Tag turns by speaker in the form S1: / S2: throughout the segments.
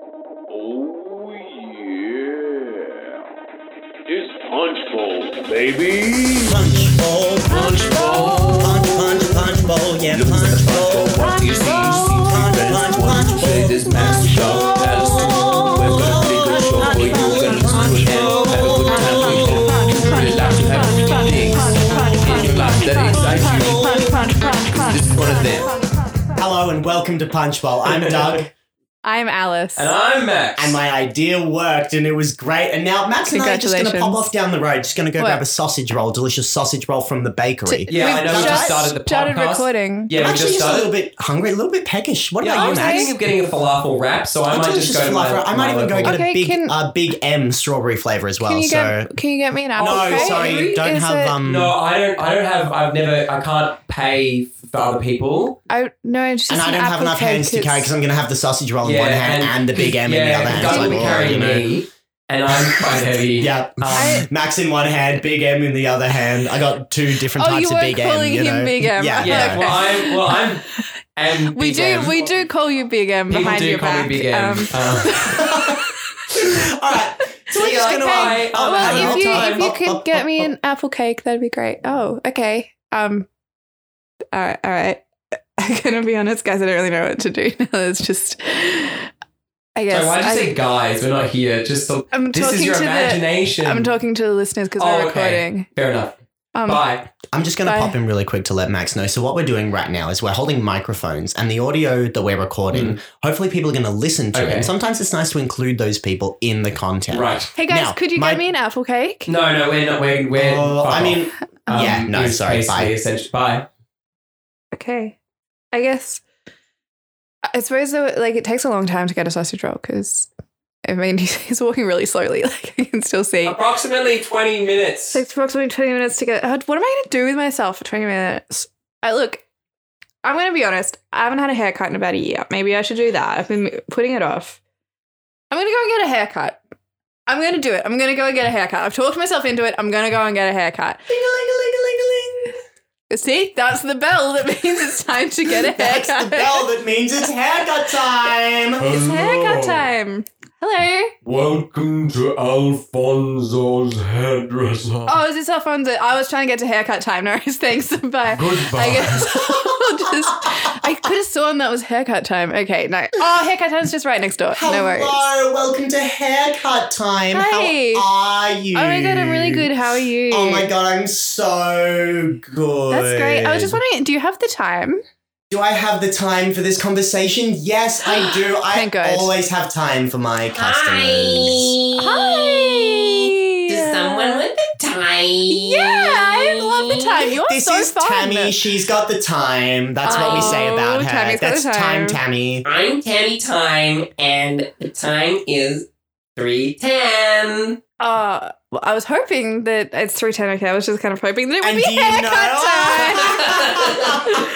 S1: Oh yeah. It's Punch Bowl, baby.
S2: Punch bowl,
S3: Punch bowl.
S2: punch, punch, punch bowl, yeah, punch bowl.
S3: What is
S2: Punch, punch, punch bowl.
S3: Say this mass show has We're gonna take a show for you and it's to an end and we're gonna have a show. Relax and have many things in your life that excite you. This is one of them.
S2: Hello and welcome to Punch Bowl. I'm Doug,
S4: I'm Alice.
S3: And I'm Max.
S2: and my idea worked, and it was great. And now Max and I are just going to pop
S4: Congratulations.
S2: off down the road. Just going to go
S4: What?
S2: grab a sausage roll, delicious sausage roll from the bakery.
S4: T-
S3: Yeah, I
S4: we've
S3: know we just started the
S4: started
S3: podcast.
S4: recording.
S3: yeah,
S2: I'm
S3: we
S2: actually
S3: just
S2: just a little
S3: started.
S2: bit hungry, a little bit peckish. What
S3: Yeah,
S2: about
S3: I
S2: you,
S3: was
S2: Max?
S3: thinking of getting a falafel wrap, so I might just
S2: delicious
S3: go to my,
S2: falafel. I might
S3: my
S2: even go
S3: local-
S2: get a
S4: Okay,
S2: big,
S4: can-
S2: uh, big M strawberry flavor as well.
S4: can you
S2: so
S4: get Can you get me an apple?
S2: no,
S4: okay?
S2: sorry, don't
S4: Is
S2: have
S4: it-
S2: um.
S3: No, I don't. I don't have. I've never. I can't pay for other people.
S4: I no, it's just
S2: and I
S4: an
S2: don't have
S4: apple
S2: enough
S4: cake.
S2: hands to carry because
S4: It's-
S2: I'm going to have the sausage roll in one hand and, the big M
S3: yeah,
S2: in the other hand.
S3: Doug
S2: It's
S3: will
S2: like,
S3: carry
S2: you know.
S3: me, and I'm quite heavy. Um,
S2: Yep.
S4: I-
S2: Max in one hand, Big M in the other hand. I got two different
S4: Oh,
S2: types
S4: you
S2: of Big
S4: weren't
S2: M.
S4: calling
S2: you
S4: him
S2: know?
S4: Big M.
S2: Yeah.
S3: Yeah, well, I'm. Well, I'm. And
S4: we
S3: Big
S4: do
S3: M.
S4: we do call you Big M
S3: People
S4: behind
S3: do
S4: your
S3: call
S4: back.
S3: me Big M.
S4: Um,
S3: Uh,
S2: All right. So we're just
S3: Okay.
S2: going to.
S3: I- I'll have
S4: well,
S3: a
S4: if you
S3: hard
S4: if you
S2: time.
S4: could get me an apple cake, that'd be great. Oh, okay. Um, all right, all right. I'm gonna be honest, guys. I don't really know what to do now. It's just, I guess.
S3: so why do you
S4: I,
S3: say guys? We're not here. Just the,
S4: I'm
S3: this
S4: talking
S3: is your
S4: to the.
S3: imagination.
S4: I'm talking to the listeners because
S3: Oh,
S4: we're
S3: okay.
S4: recording.
S3: Fair enough.
S4: Um,
S3: Bye.
S2: I'm just going to
S4: Bye.
S2: pop in really quick to let Max know. So, what we're doing right now is we're holding microphones, and the audio that we're recording, hopefully, people are going to listen to it.
S3: Mm. Okay.
S2: And sometimes it's nice to include those people in the content.
S3: Right.
S4: Hey guys,
S2: Now,
S4: could you
S2: my-
S4: get me an apple cake?
S3: No, no, we're not. We're. we're
S2: Oh,
S3: fuck
S2: I mean,
S3: off.
S2: yeah, no,
S3: is
S2: sorry,
S3: basically
S2: bye.
S3: Essentially, bye.
S4: Okay, I guess. I suppose though, like it takes a long time to get a sausage roll because, I mean, he's walking really slowly. Like I can still see.
S3: Approximately twenty minutes.
S4: So it's approximately 20 minutes to get. uh, What am I going to do with myself for 20 minutes? I look, I'm going to be honest. I haven't had a haircut in about a year. Maybe I should do that. I've been putting it off. I'm going to go and get a haircut. I'm going to do it. I'm going to go and get a haircut. I've talked myself into it. I'm going to go and get a haircut. See, that's the bell that means it's time to get a haircut.
S2: That's the bell that means it's haircut time.
S4: It's haircut time. Hello.
S3: Welcome to Alfonso's hairdresser.
S4: Oh, is this Alfonso? I was trying to get to haircut time. No worries. Thanks. Bye.
S3: Goodbye.
S4: I guess I'll just. I could have sworn that was haircut time. Okay, no. Oh, haircut time's just right next door. No worries. Oh
S2: Hello, welcome to haircut time.
S4: Hey.
S2: How are you?
S4: Oh my god, I'm really good. How are you?
S2: Oh my god, I'm so good.
S4: That's great. I was just wondering, do you have the time?
S2: Do I have the time for this conversation? Yes, I do. I
S4: Thank God.
S2: always have time for my customers.
S4: Hi.
S5: To someone with the time.
S4: Yeah, I love the time. You're
S2: This
S4: Oh, so
S2: is
S4: fun.
S2: Tammy. She's got the time. That's what we say
S4: Oh,
S2: about her.
S4: Tammy's got
S2: That's
S4: the time.
S2: Tammy.
S5: I'm Tammy Time, and the time is 310.
S4: Uh, well, I was hoping that it's three ten. Okay, I was just kind of hoping that it would
S2: And
S4: be
S2: do you
S4: haircut
S2: know-
S4: time.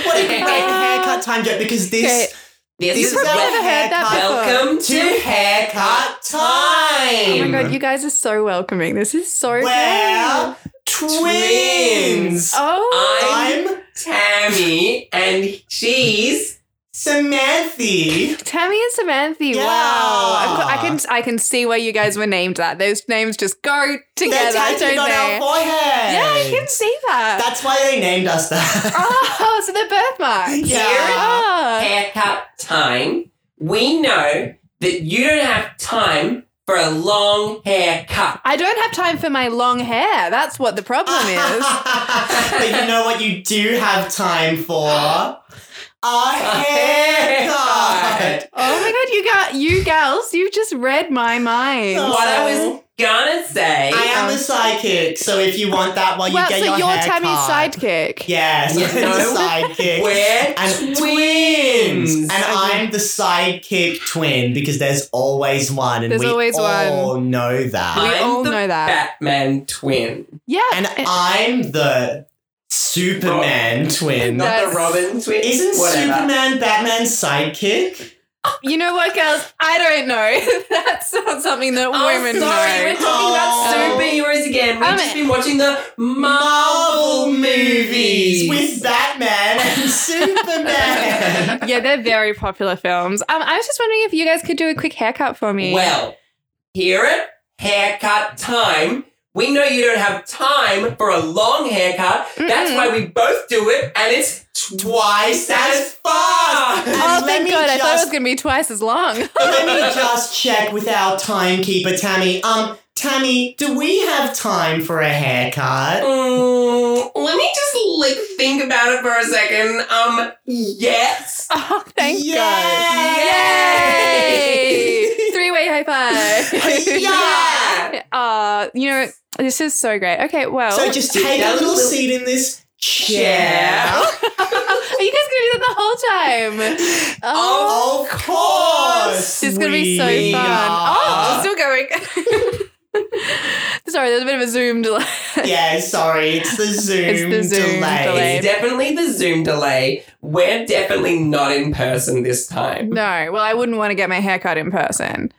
S2: What a great
S4: Uh,
S2: haircut time joke because this
S4: great.
S5: This
S2: This
S5: is
S2: is
S4: I've
S2: Well,
S4: never heard that before.
S5: welcome
S2: to
S5: to
S2: haircut
S5: haircut
S2: time.
S5: time.
S4: Oh my god, you guys are so welcoming. This is so
S2: We're
S4: great.
S2: twins.
S4: Oh,
S2: I'm
S5: Tammy, and she's
S2: Samantha.
S4: Tammy and Samantha.
S2: Yeah.
S4: Wow, Of cou- I can I can see why you guys were named that. Those names just go
S2: They're
S4: together, don't
S2: tattooed on
S4: they?
S2: our forehead.
S4: Yeah, I can see that.
S2: That's why they named us that.
S4: oh, so they're birthmarks.
S2: Yeah.
S4: Oh.
S5: haircut time. We know that you don't have time for a long haircut.
S4: I don't have time for my long hair. That's what the problem is.
S2: but you know what you do have time for? A haircut.
S4: oh my god, you got you gals, you just read my mind.
S2: Oh.
S5: What I was gonna say.
S2: I am a psychic, so if you want that while you
S4: well,
S2: get
S4: so
S2: your
S4: you're
S2: haircut.
S4: Tammy's sidekick.
S2: Yes,
S5: You
S2: I'm
S5: know?
S2: the sidekick.
S5: We're
S2: and
S5: twins.
S2: twins. And I'm the sidekick twin because there's always one, and
S4: There's
S2: we
S4: always
S2: all know that.
S4: We
S5: I'm
S4: all
S5: the
S4: know that.
S5: Batman twin.
S4: Yeah.
S2: And I'm the Superman twin.
S4: That-
S5: Not
S4: That's-
S5: the Robin twin.
S2: Isn't
S5: Whatever.
S2: Superman Batman's sidekick?
S4: You know what, girls? I don't know. That's not something that
S5: Oh,
S4: women
S5: sorry, we're
S4: know.
S5: talking
S2: Oh.
S5: about superheroes again. We've
S4: Um,
S5: just been watching the Marvel movies.
S2: with Batman and Superman.
S4: Yeah, they're very popular films. Um, I was just wondering if you guys could do a quick haircut for me.
S5: Well, hear it? Haircut time. We know you don't have time for a long haircut. That's
S4: Mm-mm.
S5: why we both do it, and it's twice as far.
S4: oh,
S2: And let
S4: thank
S2: me
S4: God. I thought it
S2: just-
S4: was going to be twice as long.
S2: Let me just check with our timekeeper, Tammy. Um, Tammy, do we have time for a haircut?
S5: Mm, let me just like think about it for a second. Um, yes.
S4: oh, thank God.
S2: Yay!
S4: Yay! Three way high five.
S2: Yeah!
S4: Uh, you know, this is so great. Okay, well.
S2: So just take a little seat in this chair.
S5: Yeah.
S4: Are you guys gonna do that the whole time? Oh,
S2: Of course.
S4: this is gonna be so
S2: we
S4: fun. Oh,
S2: are.
S4: still going. Sorry, there's a bit of a zoom delay.
S2: yeah, sorry, it's the Zoom,
S4: Oh. the Zoom delay.
S5: It's definitely the Zoom delay. We're definitely not in person this time.
S4: No, well, I wouldn't want to get my hair cut in person.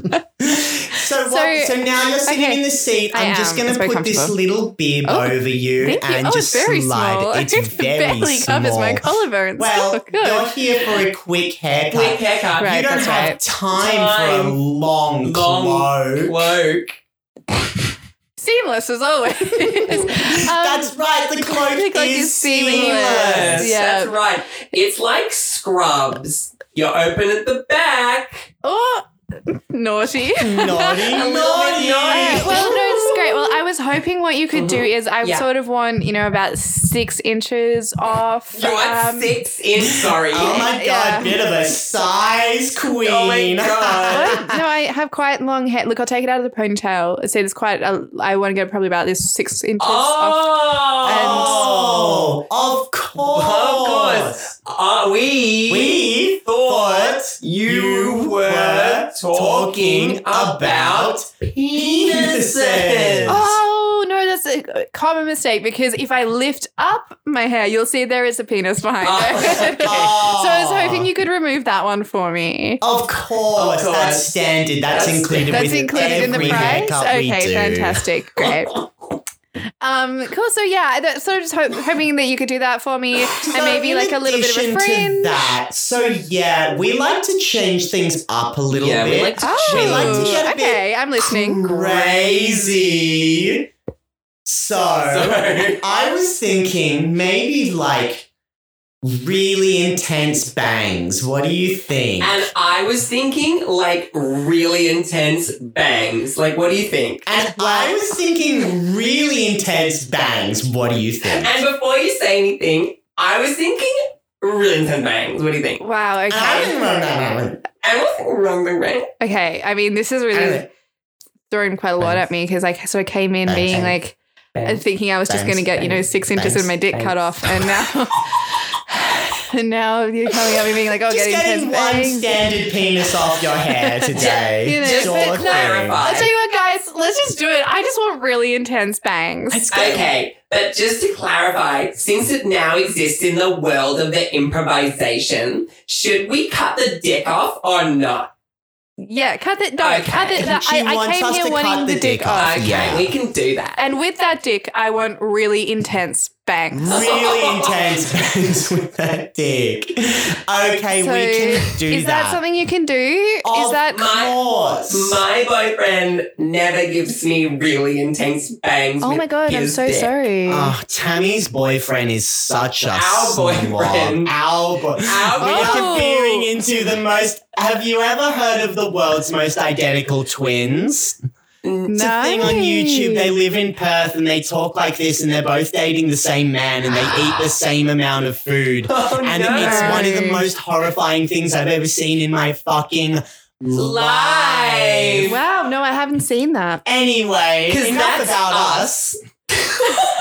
S2: So, what,
S4: So-
S2: so now you're sitting
S4: okay.
S2: in the seat.
S4: I
S2: I'm just
S4: am.
S2: going
S4: It's
S2: to
S4: very
S2: put this
S4: comfortable.
S2: little bib
S4: Oh,
S2: over you
S4: Thank you.
S2: and
S4: Oh,
S2: just
S4: it's very
S2: slide.
S4: small.
S2: It's
S4: it
S2: very
S4: barely
S2: small.
S4: covers my collarbones.
S2: Well,
S4: Oh,
S2: you're
S4: good.
S2: here for a quick haircut.
S5: Quick haircut.
S4: Right,
S2: you don't
S4: that's
S2: have
S4: right.
S2: time, for a
S5: Time.
S2: long,
S5: Long
S2: cloak.
S5: cloak.
S4: Seamless as always. Um,
S2: That's right. The cloak,
S4: the cloak
S2: is,
S4: is
S2: seamless.
S4: seamless.
S5: Yes,
S4: Yeah.
S5: that's right. It's like scrubs. You open at the back.
S4: oh, naughty.
S2: Naughty,
S5: A little bit
S2: naughty.
S5: naughty.
S4: Alright, well, no, it's great. Well, I was hoping what you could do
S2: Mm-hmm.
S4: is I
S5: Yeah.
S4: sort of want, you know, about six inches off.
S5: You are
S4: um,
S5: six in. Sorry.
S2: Oh my god,
S4: Yeah.
S2: bit of a size queen.
S5: Oh my god.
S4: what? No, I have quite long hair. Look, I'll take it out of the ponytail. I say there's quite. A, I want to go probably about this six inches off.
S5: Oh.
S2: Oh, of course.
S5: Of course. Uh, we
S2: We
S5: thought you were talking about penises.
S4: Oh no, that's a common mistake because if I lift up my hair, you'll see there is a penis behind
S5: Oh,
S4: it.
S5: okay.
S4: so I was hoping you could remove that one for me.
S2: Of course,
S5: Of course.
S2: that's standard. That's,
S5: That's-
S2: included.
S4: That's
S2: with
S4: included in the
S2: every
S4: price.
S2: haircut we
S4: Okay,
S2: do.
S4: fantastic, great. Um, cool. So yeah, I th- sort of just hope, hoping that you could do that for me, and
S2: So
S4: maybe
S2: in
S4: like a little bit of
S2: addition to
S4: a fringe.
S2: that. So yeah, we like to change things up a little
S5: Yeah, we
S2: bit.
S5: like to
S4: Oh,
S2: We like to get a bit
S4: okay. I'm listening.
S2: crazy. So
S5: Sorry.
S2: I was thinking maybe like really intense bangs. What do you think?
S5: And I was thinking like really intense bangs. Like, what do you think?
S2: And I was thinking really intense bangs. What do you think?
S5: And before you say anything, I was thinking really intense bangs. What do you think?
S4: Wow.
S2: And I didn't know
S4: Okay.
S2: that one.
S5: I was thinking wrong thing, right?
S4: Okay. I mean, this is really
S2: And-
S4: throwing quite a lot at me because I sort of came in
S2: Thanks.
S4: being like uh,
S5: Bangs.
S4: thinking I was just
S2: Thanks.
S4: going to get you know
S2: Thanks.
S4: six inches of
S2: Thanks.
S4: my dick cut
S5: Thanks.
S4: off, and now. And now you're coming at me being like, oh,
S2: Just getting
S4: getting intense
S2: one
S4: bangs.
S2: standard penis off your hair today.
S4: You know,
S2: Sure
S4: but no,
S2: thing.
S5: clarify.
S4: I'll tell you what, guys, let's just do it. I just want really intense bangs.
S2: It's good.
S5: Okay, but just to clarify, since it now exists in the world of the improvisation, should we cut the dick off or not?
S4: Yeah, cut it. No,
S5: Okay.
S4: cut it. that-
S2: She
S4: I, I
S2: wants
S4: came
S2: us
S4: here
S2: to
S4: wanting
S2: cut
S4: the,
S2: the
S4: dick
S2: dick
S4: off.
S5: Okay,
S2: Yeah.
S5: we can do that.
S4: And with that dick, I want really intense bangs.
S2: Really intense bangs with that dick. Okay,
S4: So,
S2: we can do
S4: Is that, something you can do? is
S2: Of
S4: that
S2: course.
S5: My boyfriend never gives me really intense bangs.
S4: Oh
S5: with
S4: my god, I'm
S5: his
S4: so
S5: dick.
S4: sorry.
S2: Oh, Tammy's boyfriend is such a
S5: Our
S2: slob.
S5: boyfriend.
S2: Our boy.
S5: Our
S2: we
S4: boy-
S2: are veering into the most. Have you ever heard of the world's most identical twins? It's a thing on YouTube. They live in Perth and they talk like this, and they're both dating the same man, and they eat the same amount of food.
S5: Oh,
S2: And
S5: no.
S2: it's one of the
S4: Nice.
S2: most horrifying things I've ever seen in my fucking
S5: Life.
S2: life.
S4: Wow, no, I haven't seen that.
S2: Anyway,
S5: Because
S2: enough
S5: that's
S2: about
S5: us.
S2: us.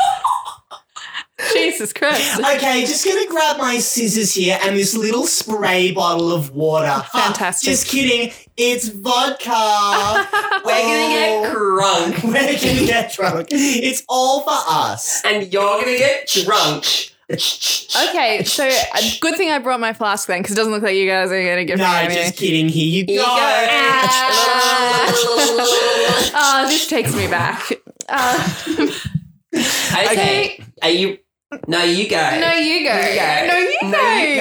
S4: Jesus Christ.
S2: Okay, just gonna grab my scissors here and this little spray bottle of water. Ha,
S4: Fantastic.
S2: just kidding, it's vodka.
S5: We're gonna get crunk.
S2: We're gonna get drunk. It's all for us.
S5: and you're gonna get drunk.
S4: Okay, so uh, good thing I brought my flask then, because it doesn't look like you guys are gonna give
S2: No,
S4: me any.
S2: just kidding. Here you go.
S5: You go.
S4: oh, this takes me back. Uh,
S5: okay. Are you? No, you go.
S4: no, you go.
S5: You go.
S4: No, you go.
S5: No, you go.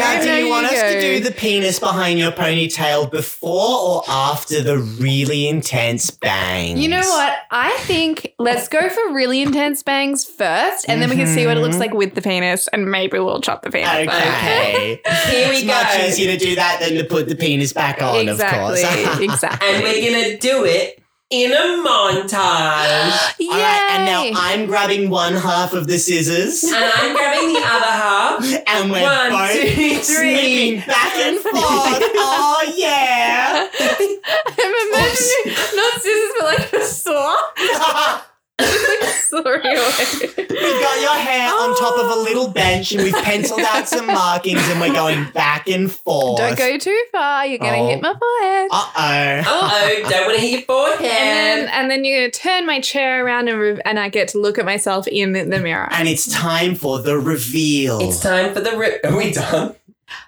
S2: Now, do
S4: No,
S2: you want us
S4: go.
S2: to do the penis behind your ponytail before or after the really intense bang?
S4: You know what? I think let's go for really intense bangs first, and then we can see what it looks like with the penis, and maybe we'll chop the penis.
S2: Okay.
S5: Here we
S2: it's much
S5: go.
S2: easier to do that than to put the penis back on,
S4: exactly.
S2: of course.
S4: exactly.
S5: And we're gonna do it in a montage.
S4: Yay!
S2: All right, and now I'm grabbing one half of the scissors,
S5: and I'm grabbing the other half.
S2: and we're
S5: One,
S2: both
S5: two, three.
S2: slipping back and forth. oh yeah!
S4: I'm imagining not scissors, but like a saw.
S2: we
S4: Sorry. wait.
S2: got your hair on top of a little bench, and we've penciled out some markings, and we're going back and forth.
S4: Don't go too far. You're gonna
S2: Oh.
S4: hit my forehead.
S2: Uh oh.
S5: Uh oh, don't want to hit your
S4: And then,
S5: forehead.
S4: and then you're gonna turn my chair around and rev- and I get to look at myself in the, the mirror.
S2: And it's time for the reveal.
S5: it's time for the. Ri- Are we done?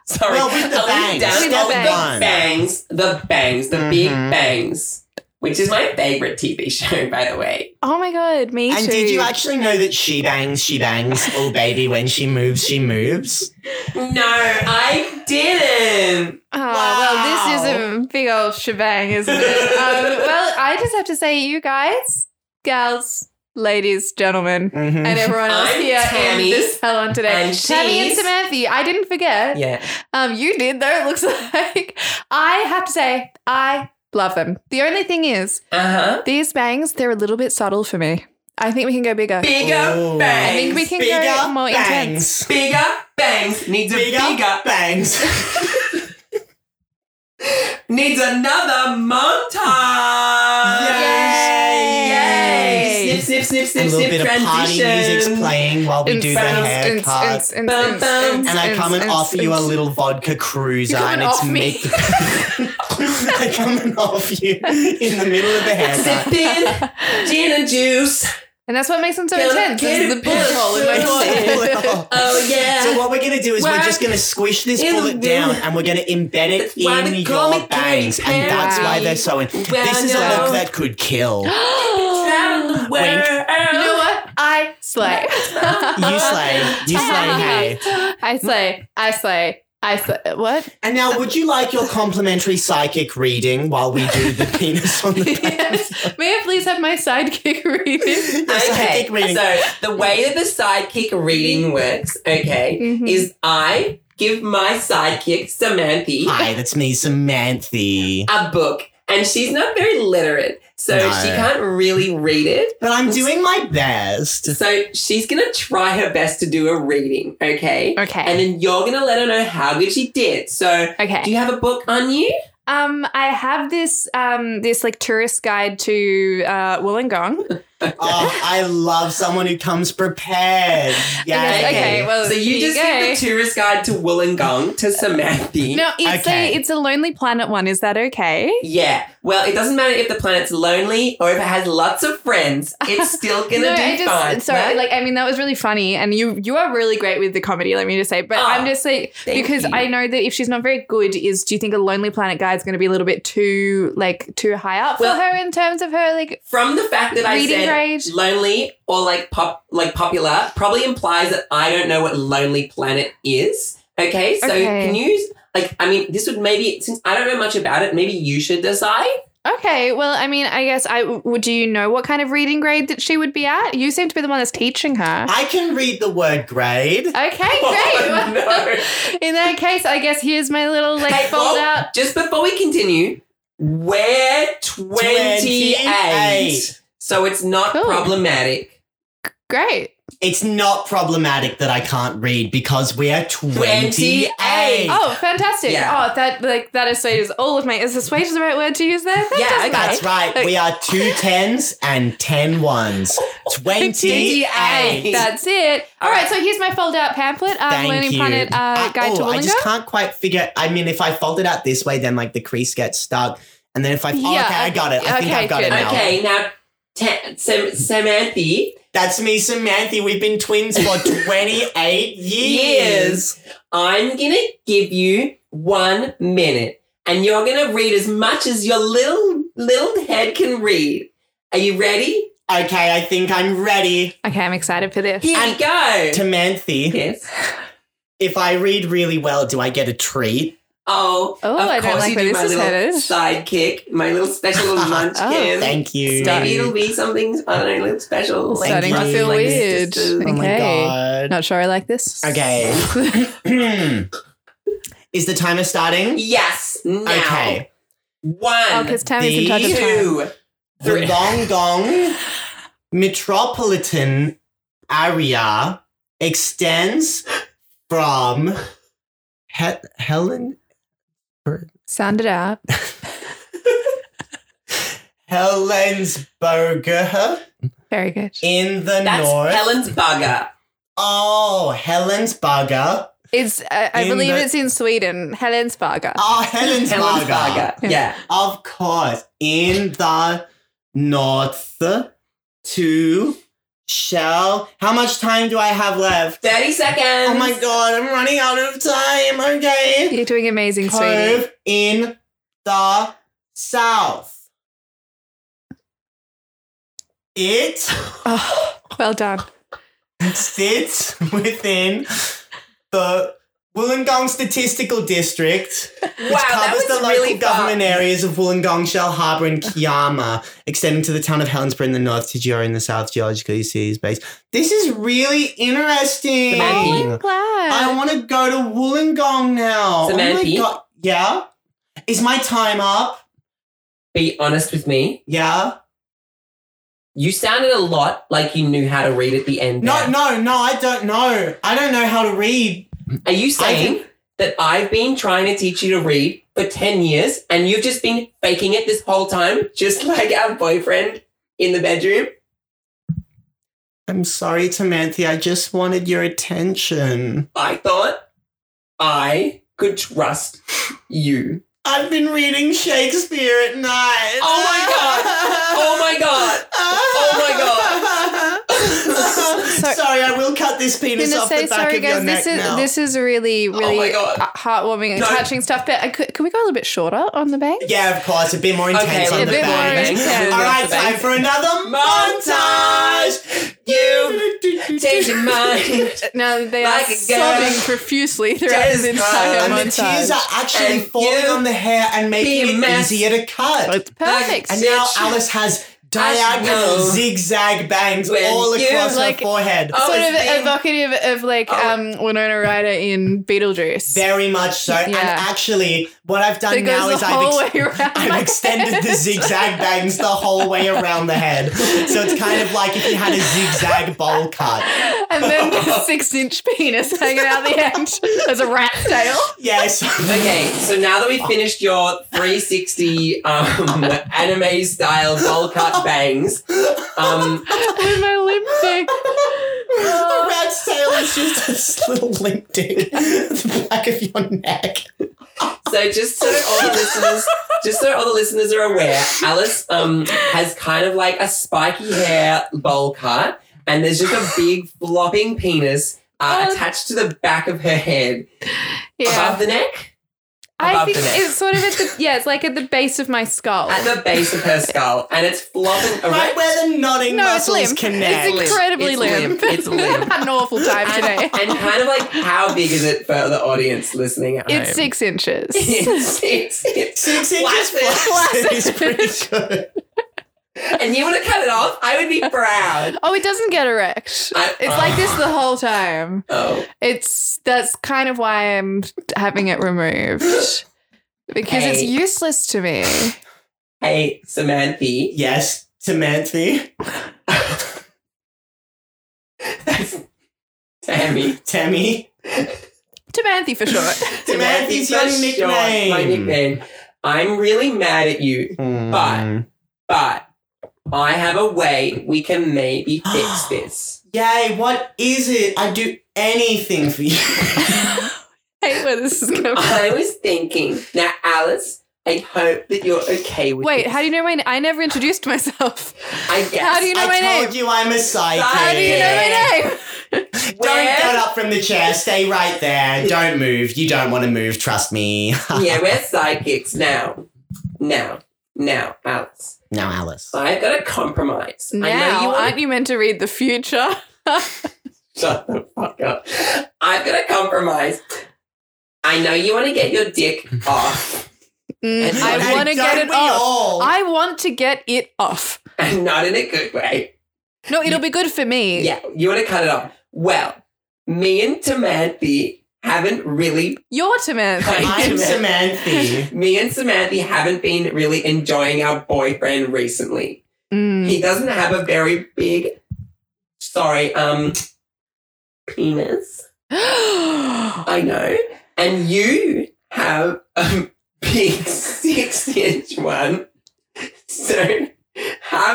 S5: Sorry.
S2: Oh. Well, with the
S5: Are we
S2: bangs.
S5: done?
S4: With the
S5: Oh,
S2: bangs.
S5: bangs. The bangs. The big
S2: Mhm.
S5: bangs. Which is my favorite TV show, by the way.
S4: oh my god, me
S2: and
S4: too.
S2: did you actually know that she bangs, she bangs? Oh, baby, when she moves, she moves.
S5: No, I didn't.
S4: Oh, well, this
S2: Wow.
S4: is a big old shebang, isn't it? um, well, I just have to say, you guys, gals, ladies, gentlemen,
S2: Mm-hmm.
S4: and everyone else
S5: I'm
S4: here
S5: Tammy,
S4: in this salon today.
S5: and
S4: Tammy and
S5: she's-
S4: Samantha, I didn't forget.
S5: Yeah.
S4: Um, you did though. It looks like I have to say, I love them. The only thing is,
S5: Uh huh.
S4: these bangs, they're a little bit subtle for me. I think we can go bigger.
S5: Bigger
S2: Oh.
S5: bangs.
S4: I think we can
S2: Bigger
S4: go more intense.
S2: bangs.
S5: Bigger bangs needs a
S2: Bigger
S5: bigger,
S2: bangs.
S5: needs another montage.
S2: Yay.
S5: Yay! Snip, snip, snip,
S2: a
S5: snip,
S2: little
S5: snip.
S2: bit of party music's
S5: transition.
S2: playing while we do the
S4: Instance,
S2: haircut.
S4: instance, instance,
S5: Bum,
S4: instance,
S5: bum.
S2: And I come and
S4: instance,
S2: offer you a
S4: instance.
S2: little vodka cruiser,
S4: You come
S2: and
S4: and
S2: it's
S4: off me.
S2: me. I come and offer you in the middle of the haircut.
S5: Sipping gin and juice.
S4: And that's what makes them so
S5: Gonna
S4: intense.
S5: get
S4: This is the
S5: it
S4: bullet hole in
S5: pushed.
S4: my forehead.
S5: Oh yeah.
S2: So what we're gonna do is we're,
S5: Why-
S2: just gonna squish this
S5: In the
S2: bullet down
S5: room.
S2: and we're gonna embed it
S5: That's why
S2: in
S5: they call me
S2: your
S5: Katy
S2: bangs, and that's why
S4: Perry.
S2: they're so. In-
S5: Well,
S2: this is a
S5: you
S2: look
S5: know.
S2: that could kill.
S5: Travel the world.
S4: You know what? I slay.
S2: You slay, you slay, hey.
S4: I slay. I slay. I slay. What?
S2: And now, would you like your complimentary psychic reading while we do the penis on the bangs?
S4: Yes. May I please have my sidekick reading?
S2: Your
S5: Okay,
S2: psychic reading.
S5: so the way that the sidekick reading works, okay,
S2: Mm-hmm.
S4: Mhm.
S5: is I give my sidekick Samantha
S2: Hi, that's me, Samantha.
S5: a book, and she's not very literate, so
S2: No.
S5: she can't really read it.
S2: But I'm doing my best.
S5: So she's gonna try her best to do a reading, okay? And
S4: Okay.
S5: then you're gonna let her know how good she did. So do
S4: Okay.
S5: you have a book on you?
S4: Um, I have this um this like tourist guide to uh Wollongong.
S2: Oh, I love someone who comes prepared. Yeah.
S4: Okay, okay, well,
S5: so you
S4: here
S5: just
S4: you
S5: give the tourist guide to Wollongong to Samantha.
S4: No, it's
S2: Okay.
S4: a it's a Lonely Planet one. Is that okay?
S5: Yeah. Well, it doesn't matter if the planet's lonely or if it has lots of friends. It's still gonna do
S4: I just
S5: fine.
S4: sorry,
S5: right?
S4: like I mean that was really funny, and you you are really great with the comedy. Let me just say, but
S5: Oh,
S4: I'm just like
S5: thank
S4: because
S5: you.
S4: I know that if she's not very good, is do you think a Lonely Planet guy is going to be a little bit too like too high up
S5: Well-
S4: for her in terms of her like
S5: from the fact that I
S4: Reading
S5: said
S4: grade.
S5: lonely or like pop like popular probably implies that I don't know what Lonely Planet is. Okay, so
S4: Okay.
S5: can you like I mean this would maybe since I don't know much about it, maybe you should decide.
S4: okay? Well, I mean, I guess I would. Do you know what kind of reading grade that she would be at? You seem to be the one that's teaching her.
S2: I can read the word grade.
S4: Okay, great.
S5: Oh, no.
S4: In that case, I guess here's my little like
S5: Hey,
S4: fold
S5: oh,
S4: out.
S5: Just before we continue, we're twenty
S2: 28.
S5: eight. So it's not
S4: Cool.
S5: problematic.
S4: Great.
S2: It's not problematic that I can't read because we are 28.
S5: 28.
S4: Oh, fantastic!
S5: Yeah.
S4: Oh, that like that assuages all of my. Is assuage the right word to use there? That
S5: Yeah,
S4: does
S5: okay.
S2: That's right. We are two tens and ten ones. 28.
S4: That's it. All right, so here's my fold out pamphlet. Um,
S2: Thank
S4: Learning
S2: you.
S4: Planet uh,
S2: I-
S4: Guide
S2: oh,
S4: to
S2: I just
S4: Wollongong.
S2: can't quite figure. I mean, if I fold it out this way, then like the crease gets stuck. And then if I, oh,
S4: Yeah,
S2: okay, I got it. I think
S4: okay,
S2: I've got it
S4: good.
S2: now.
S5: Okay, now Ta- Sam- Samantha
S2: That's me, Samantha. We've been twins for 28 years.
S5: years. I'm gonna give you one minute, and you're gonna read as much as your little little head can read. Are you ready?
S2: Okay, I think I'm ready.
S4: Okay, I'm excited for this.
S5: Here we go.
S2: Tamantha,
S5: yes.
S2: if I read really well, do I get a treat?
S5: Oh,
S4: Oh,
S5: of
S4: I don't
S5: course
S4: like
S5: you
S4: where
S5: do,
S4: this
S5: my
S4: is
S5: little
S4: headed.
S5: sidekick, my little special little munchkin.
S2: Thank you.
S4: Stop.
S5: Maybe it'll be something I don't know, little special.
S4: It's
S5: like
S4: starting
S2: to
S5: one of
S2: feel
S5: my
S4: weird.
S5: sisters.
S2: Oh my
S4: Okay.
S2: god.
S4: Not sure I like this. Oh,
S2: Okay. Is the timer starting?
S5: Yes. Now.
S2: Okay.
S5: One.
S4: oh, because Tammy's in charge of time.
S5: two.
S2: The
S5: Three.
S2: Longong metropolitan area extends from he- Helen
S4: Sound it out.
S2: Helensburgh
S4: Very good.
S2: in the
S5: That's
S2: north.
S5: Helen's bugger.
S2: oh, Helensburgh.
S4: It's I, I
S2: In
S4: believe
S2: the-
S4: it's in Sweden. Helensburger.
S2: Oh,
S5: Helen's
S2: Helensburgh.
S5: bugger. Yeah.
S2: Of course, in the north to shall. How much time do I have left?
S5: 30 seconds.
S2: Oh my god, I'm running out of time. Okay.
S4: You're doing amazing, sweetie.
S2: Cove in the south. It
S4: Oh, well done.
S2: sits within the Wollongong Statistical District.
S5: Wow,
S2: which
S5: that
S2: covers
S5: was
S2: the local
S5: really
S2: government
S5: fun.
S2: areas of Wollongong, Shell Harbour, and Kiama, extending to the town of Helensburgh in the north to Jura in the south, geologically sea base. This is really interesting.
S5: Samantha.
S4: Oh, I'm glad.
S2: I want to go to Wollongong now. Oh
S5: Samantha?
S2: my god! Yeah, is my time up?
S5: Be honest with me.
S2: Yeah.
S5: You sounded a lot like you knew how to read at the end.
S2: No,
S5: there.
S2: no, no. I don't know. I don't know how to read.
S5: Are you saying that I've been trying to teach you to read for 10 years and you've just been faking it this whole time, just like our boyfriend in the bedroom?
S2: I'm sorry, Tamantha. I just wanted your attention.
S5: I thought I could trust you.
S2: I've been reading Shakespeare at night.
S5: Oh my God. Oh my God. Oh
S2: sorry. I will cut this
S4: I'm
S2: penis
S4: gonna
S2: off the
S4: say
S2: back
S4: sorry,
S2: of your
S4: guys.
S2: neck
S4: This is
S2: now. Oh
S4: this is really, really
S5: my God.
S4: uh, heartwarming and
S5: No.
S4: touching stuff. But I could, can we go a little bit shorter on the bank?
S2: yeah, of course, a bit more intense
S5: Okay,
S2: on
S5: a
S2: the
S4: bit more
S2: bank.
S4: intense.
S2: All
S5: Off
S2: right,
S5: the
S2: time
S5: bank.
S2: for another montage.
S5: Montage.
S2: You
S5: Changing mind.
S4: No, they
S5: Like
S4: are
S5: a girl.
S4: sobbing profusely throughout
S5: Just
S4: this entire
S2: And
S5: cry.
S2: the tears are
S4: montage.
S2: actually
S5: And
S2: falling
S5: you
S2: on the hair and making
S5: be a
S2: it
S5: mess.
S2: easier to cut.
S4: Perfect.
S2: And now
S5: Stitch.
S2: Alice has diagonal
S5: know.
S2: zigzag bangs
S5: When
S2: all
S5: you
S2: across
S4: like-
S2: her forehead.
S5: Oh,
S4: sort of
S5: it's been-
S4: evocative of like
S5: Oh.
S4: um, Winona Ryder in Beetlejuice.
S2: Very much so. And
S4: Yeah.
S2: actually, what I've
S4: So it
S2: done now
S4: goes
S2: is
S4: the
S2: I've,
S4: whole
S2: ex-
S4: way around. my
S2: I've extended the
S4: head.
S2: zigzag bangs the whole way around the head. So it's kind of like if you had a zigzag bowl cut.
S4: and then the six-inch penis hanging out the end as a rat tail.
S2: Yes.
S5: Okay, so now that we've finished your 360 um, anime style bowl cut bangs, um,
S4: With my Oh, limp thing.
S2: A rat's tail is just this little limp dick at the back of your neck.
S5: so just so all the listeners, just so all the listeners are aware, Alice um, has kind of like a spiky hair bowl cut, and there's just a big flopping penis uh,
S4: Oh.
S5: attached to the back of her head above
S4: Yeah.
S5: the neck,
S4: I
S5: above
S4: think
S5: the neck.
S4: it's sort of at the yeah, it's like at the base of my skull.
S5: at the base of her skull, and it's flopping
S2: Right
S5: around.
S2: where the nodding
S4: No, it's
S2: muscles
S4: limp.
S2: connect.
S4: It's incredibly
S5: It's
S4: limp.
S5: limp. It's limp.
S4: Had an awful time today.
S5: And, and kind of like, how big is it for the audience listening at
S4: It's
S5: home?
S4: six inches.
S5: It's six. It's
S2: Six inches
S5: Flaccid.
S2: flaccid is pretty good.
S5: And you want to cut it off? I would be proud.
S4: Oh, it doesn't get erect.
S5: I-
S4: It's like this
S5: Ah.
S4: the whole time.
S5: Oh,
S4: It's that's kind of why I'm having it removed because it's
S5: Hey.
S4: useless to me.
S5: hey, Samantha.
S2: Yes, Samantha.
S5: That's Tammy.
S2: Tammy.
S4: Tamantha for short.
S2: Samantha's your
S5: Samantha, for short, My
S2: nickname.
S5: nickname. I'm really mad at you,
S2: Mm.
S5: but I have a way we can maybe fix this.
S2: Yay, what is it? I'd do anything for you.
S5: Ah,
S4: I hate where this is going.
S5: I was thinking, now, Alice, I hope that you're okay with
S4: Wait,
S5: this.
S4: how do you know my name? I never introduced myself.
S5: I guess.
S4: How do you know
S2: I
S4: my
S2: told
S4: name?
S2: you I'm a psychic.
S5: How
S4: How do you know my name?
S2: Don't
S5: Where-
S2: get up from the chair. Stay right there. Don't move. You don't want to move. Trust me.
S5: yeah, we're sidekicks now. Now. Now, Alice.
S2: now, Alice.
S5: I've got a compromise. I know
S4: Now,
S5: you want
S4: aren't you meant to read the future?
S5: Shut the fuck up. I've got a compromise. I know you want to get your dick off
S4: Mm,
S5: Hey,
S4: I want to
S2: don't
S4: get it
S2: we
S4: off.
S2: all?
S4: I want to get it off.
S5: and not in a good way.
S4: No, it'll be good for me.
S5: Yeah, you want to cut it off. Well, me and Tamanthi haven't really,
S4: You're Samantha.
S2: I'm Samantha.
S5: me and Samantha haven't been really enjoying our boyfriend recently.
S4: Mm.
S5: He doesn't have a very big, sorry, um, penis. I know. And you have a big six inch one. So, how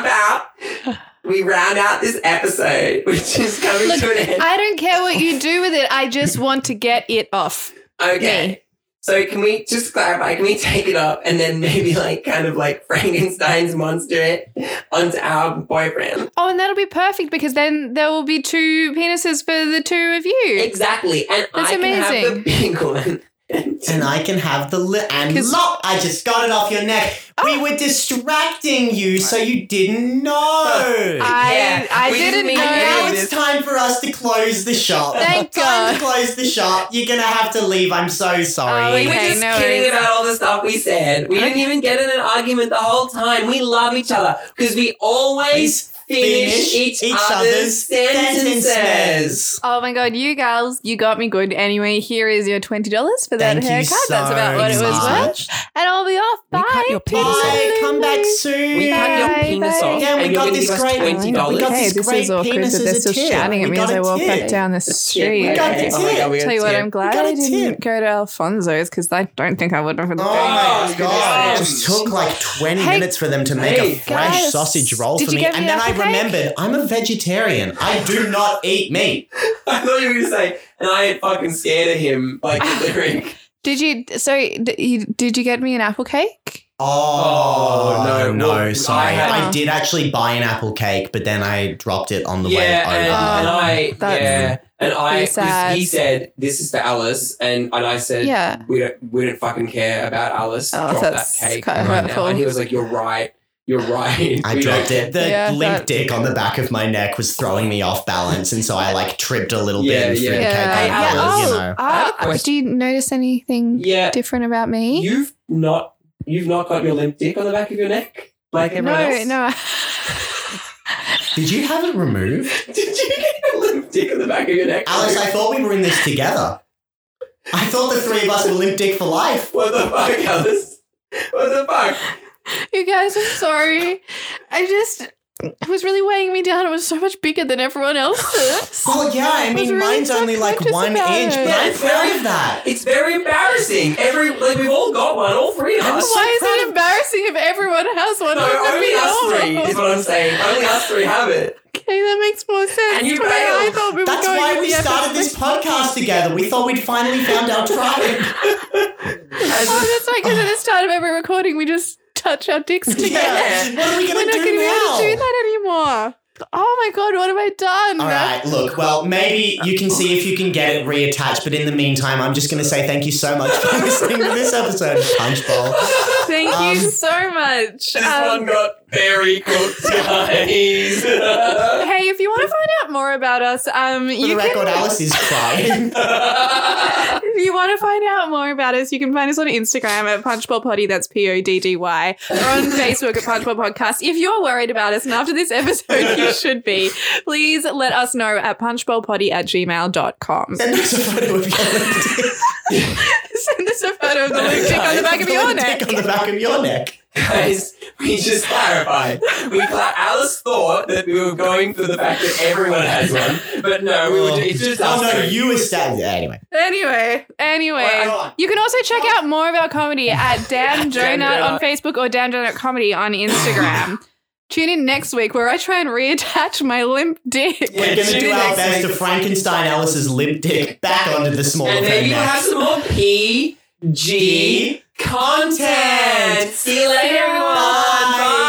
S5: about we round out this episode, which is coming
S4: Look,
S5: to an end?
S4: I don't care what you do with it. I just want to get it off.
S5: okay.
S4: me.
S5: So, can we just clarify? Can we take it up and then maybe, like, kind of like Frankenstein's monster it onto our boyfriend?
S4: Oh, and that'll be perfect because then there will be two penises for the two of you.
S5: Exactly. And
S4: That's
S5: I can have the
S4: amazing.
S5: big one. And
S2: And I can have the li- and
S4: 'Cause- Oh.
S2: look, I just got it off your neck. We were distracting you, so you didn't know.
S4: I
S5: Yeah,
S4: I
S5: we
S4: didn't
S5: didn't mean
S4: know.
S5: to do
S2: now
S5: it.
S2: it's time for us to close the shop.
S4: Thank
S2: time to
S4: God.
S2: close the shop. You're gonna have to leave. I'm so sorry.
S5: We were
S4: Okay,
S5: just
S4: no
S5: kidding
S4: worries.
S5: about all the stuff we said. We didn't even get in an argument the whole time. We love each other because we always finish each, other's sentences.
S4: Oh my god, you girls, you got me good. Anyway, here is your twenty dollars for that
S2: Thank you
S4: haircut.
S2: so
S4: That's about what it was worth.
S2: much.
S4: And I'll be off.
S3: We
S4: Bye.
S3: cut your
S4: Peace.
S2: Bye. Come back soon.
S5: We cut your
S4: Bye,
S5: penis
S4: bye.
S5: off.
S2: Yeah, we
S5: and you're
S2: got
S5: gonna
S2: this
S5: give us
S2: great-
S5: twenty
S2: we
S5: dollars.
S2: got
S4: Okay,
S2: this
S4: this
S2: great
S4: is awkward
S2: penis
S4: that they're
S2: as a
S4: still
S2: tip.
S4: shouting at
S2: We
S4: me
S2: got
S4: as
S2: a
S4: I walk
S2: tip.
S4: back down the
S5: We
S4: street.
S5: got
S2: got
S5: a
S2: the
S5: tip. Oh my God, we got
S4: Tell you
S5: a
S4: what,
S5: tip.
S4: I'm glad
S2: got a
S4: I didn't
S2: tip.
S4: go to Alfonso's because I don't think I would have.
S2: Oh my
S5: Oh,
S2: god!
S5: yes.
S2: It just took like 20
S4: Hey,
S2: minutes for them to make
S5: hey,
S2: a fresh
S4: guys,
S2: sausage roll
S4: did
S2: for
S4: you
S2: me,
S4: get me
S2: and then I
S4: apple cake?
S2: remembered I'm a vegetarian. I do not eat meat.
S5: I thought you were gonna say, and I ain't fucking scared of him. Like the lyric.
S4: Did you? So d- you, did you get me an apple cake?
S2: Oh,
S5: Oh, no,
S2: no,
S5: well, I
S2: sorry.
S5: had-
S2: I, did actually buy an apple cake, but then I dropped it on the way
S5: yeah,
S2: over.
S5: and, and
S4: Oh,
S5: I,
S4: that's
S5: yeah, and I,
S4: really
S5: 'cause he
S4: sad.
S5: said, "This is for Alice," and and I said,
S4: Yeah.
S5: we don't we don't fucking care about Alice.
S4: Oh,
S5: Drop that
S4: that's
S5: cake
S4: quite
S5: right now.
S4: hurtful.
S5: And he was like, You're right. You're right.
S2: I
S5: We don't
S2: dropped it. The
S4: Yeah,
S2: limp
S4: that-
S2: dick on the back of my neck was throwing me off balance, and so I like tripped a little
S5: Yeah,
S2: bit and threw
S5: yeah.
S2: the
S4: Yeah.
S2: cake on
S5: Yeah,
S2: Alice,
S4: oh,
S2: you know.
S5: I have a
S4: ah,
S5: question.
S4: do you notice anything
S5: Yeah.
S4: different about me?
S5: You've not you've not got your limp dick on the back of your neck like
S4: no,
S5: everyone else.
S4: no.
S2: Did you have it removed?
S5: Did you get a limp dick on the back of your neck?
S2: Alice, I thought we were in this together. I thought the three of us were limp dick for life.
S5: What the fuck, Alice? What the fuck?
S4: You guys, I'm sorry. I just it was really weighing me down. It was so much bigger than everyone else's.
S2: Oh yeah, I
S4: was
S2: mean
S4: really
S2: mine's only like
S4: self-conscious
S2: one
S4: about
S2: inch,
S4: it.
S2: but
S5: Yeah,
S2: I'm
S5: it's
S2: proud
S5: very-
S2: of that.
S5: It's very embarrassing. Every like we've all got one, all three of us.
S4: Why is it embarrassing if everyone has one?
S5: No,
S4: Why would
S5: only
S4: we all?
S5: us three is what I'm saying. Only us three have it.
S4: Okay, that makes more sense.
S5: And you
S4: But I,
S5: bailed.
S4: thought we were
S2: That's
S4: going
S2: why
S4: with
S2: we
S4: the
S2: started
S4: episode.
S2: this podcast together. We thought we'd finally found our tribe.
S4: Oh, that's right. Because at the start of every recording, we just touch our dicks together.
S2: Yeah. What are we
S4: We're
S2: gonna do
S4: not going to be able
S2: now?
S4: to do that anymore. Oh my god, what have I done?
S2: All right, look, well, maybe you can see if you can get it reattached, but in the meantime, I'm just going to say thank you so much for listening to this episode of Punch Bowl.
S4: Thank you
S2: Um,
S4: so much.
S5: This
S4: Um,
S5: one got very cooked, guys.
S4: hey, if you want to find out more about us, um,
S2: For
S4: you
S2: the record,
S4: can.
S2: Alice is crying.
S4: If you want to find out more about us, you can find us on Instagram at punchballpotty. That's P O D D Y. Or on Facebook at Punchball Podcast. If you're worried about us, and after this episode, you should be, please let us know at punchballpotty at gmail.com.
S2: Send us a photo of your limp dick.
S4: Send us a photo of the loop dick on the back of
S2: The
S4: your
S2: limp
S4: neck.
S2: dick on the back of your neck.
S5: Guys, we just clarified. We cla- Alice thought that we were going for the fact that everyone has one, but no, we were. ju- It's just us.
S2: Oh, no,
S5: three.
S2: you established. Anyway.
S4: Anyway, anyway,
S5: Wait, hold on.
S4: you can also check out more of our comedy at Dan
S5: Dan
S4: Donut on
S5: Donut.
S4: Facebook or Dan Donut Comedy on Instagram. Tune in next week where I try and reattach my limp dick.
S5: Yeah,
S2: We're going
S5: tune
S2: to do
S5: in
S2: our
S5: next
S2: best
S5: week.
S2: to Frankenstein Alice's limp dick back onto the smaller
S5: And
S2: of her
S5: maybe we'll
S2: neck.
S5: have some more P G content. See you later, everyone.
S4: Bye.
S5: Bye.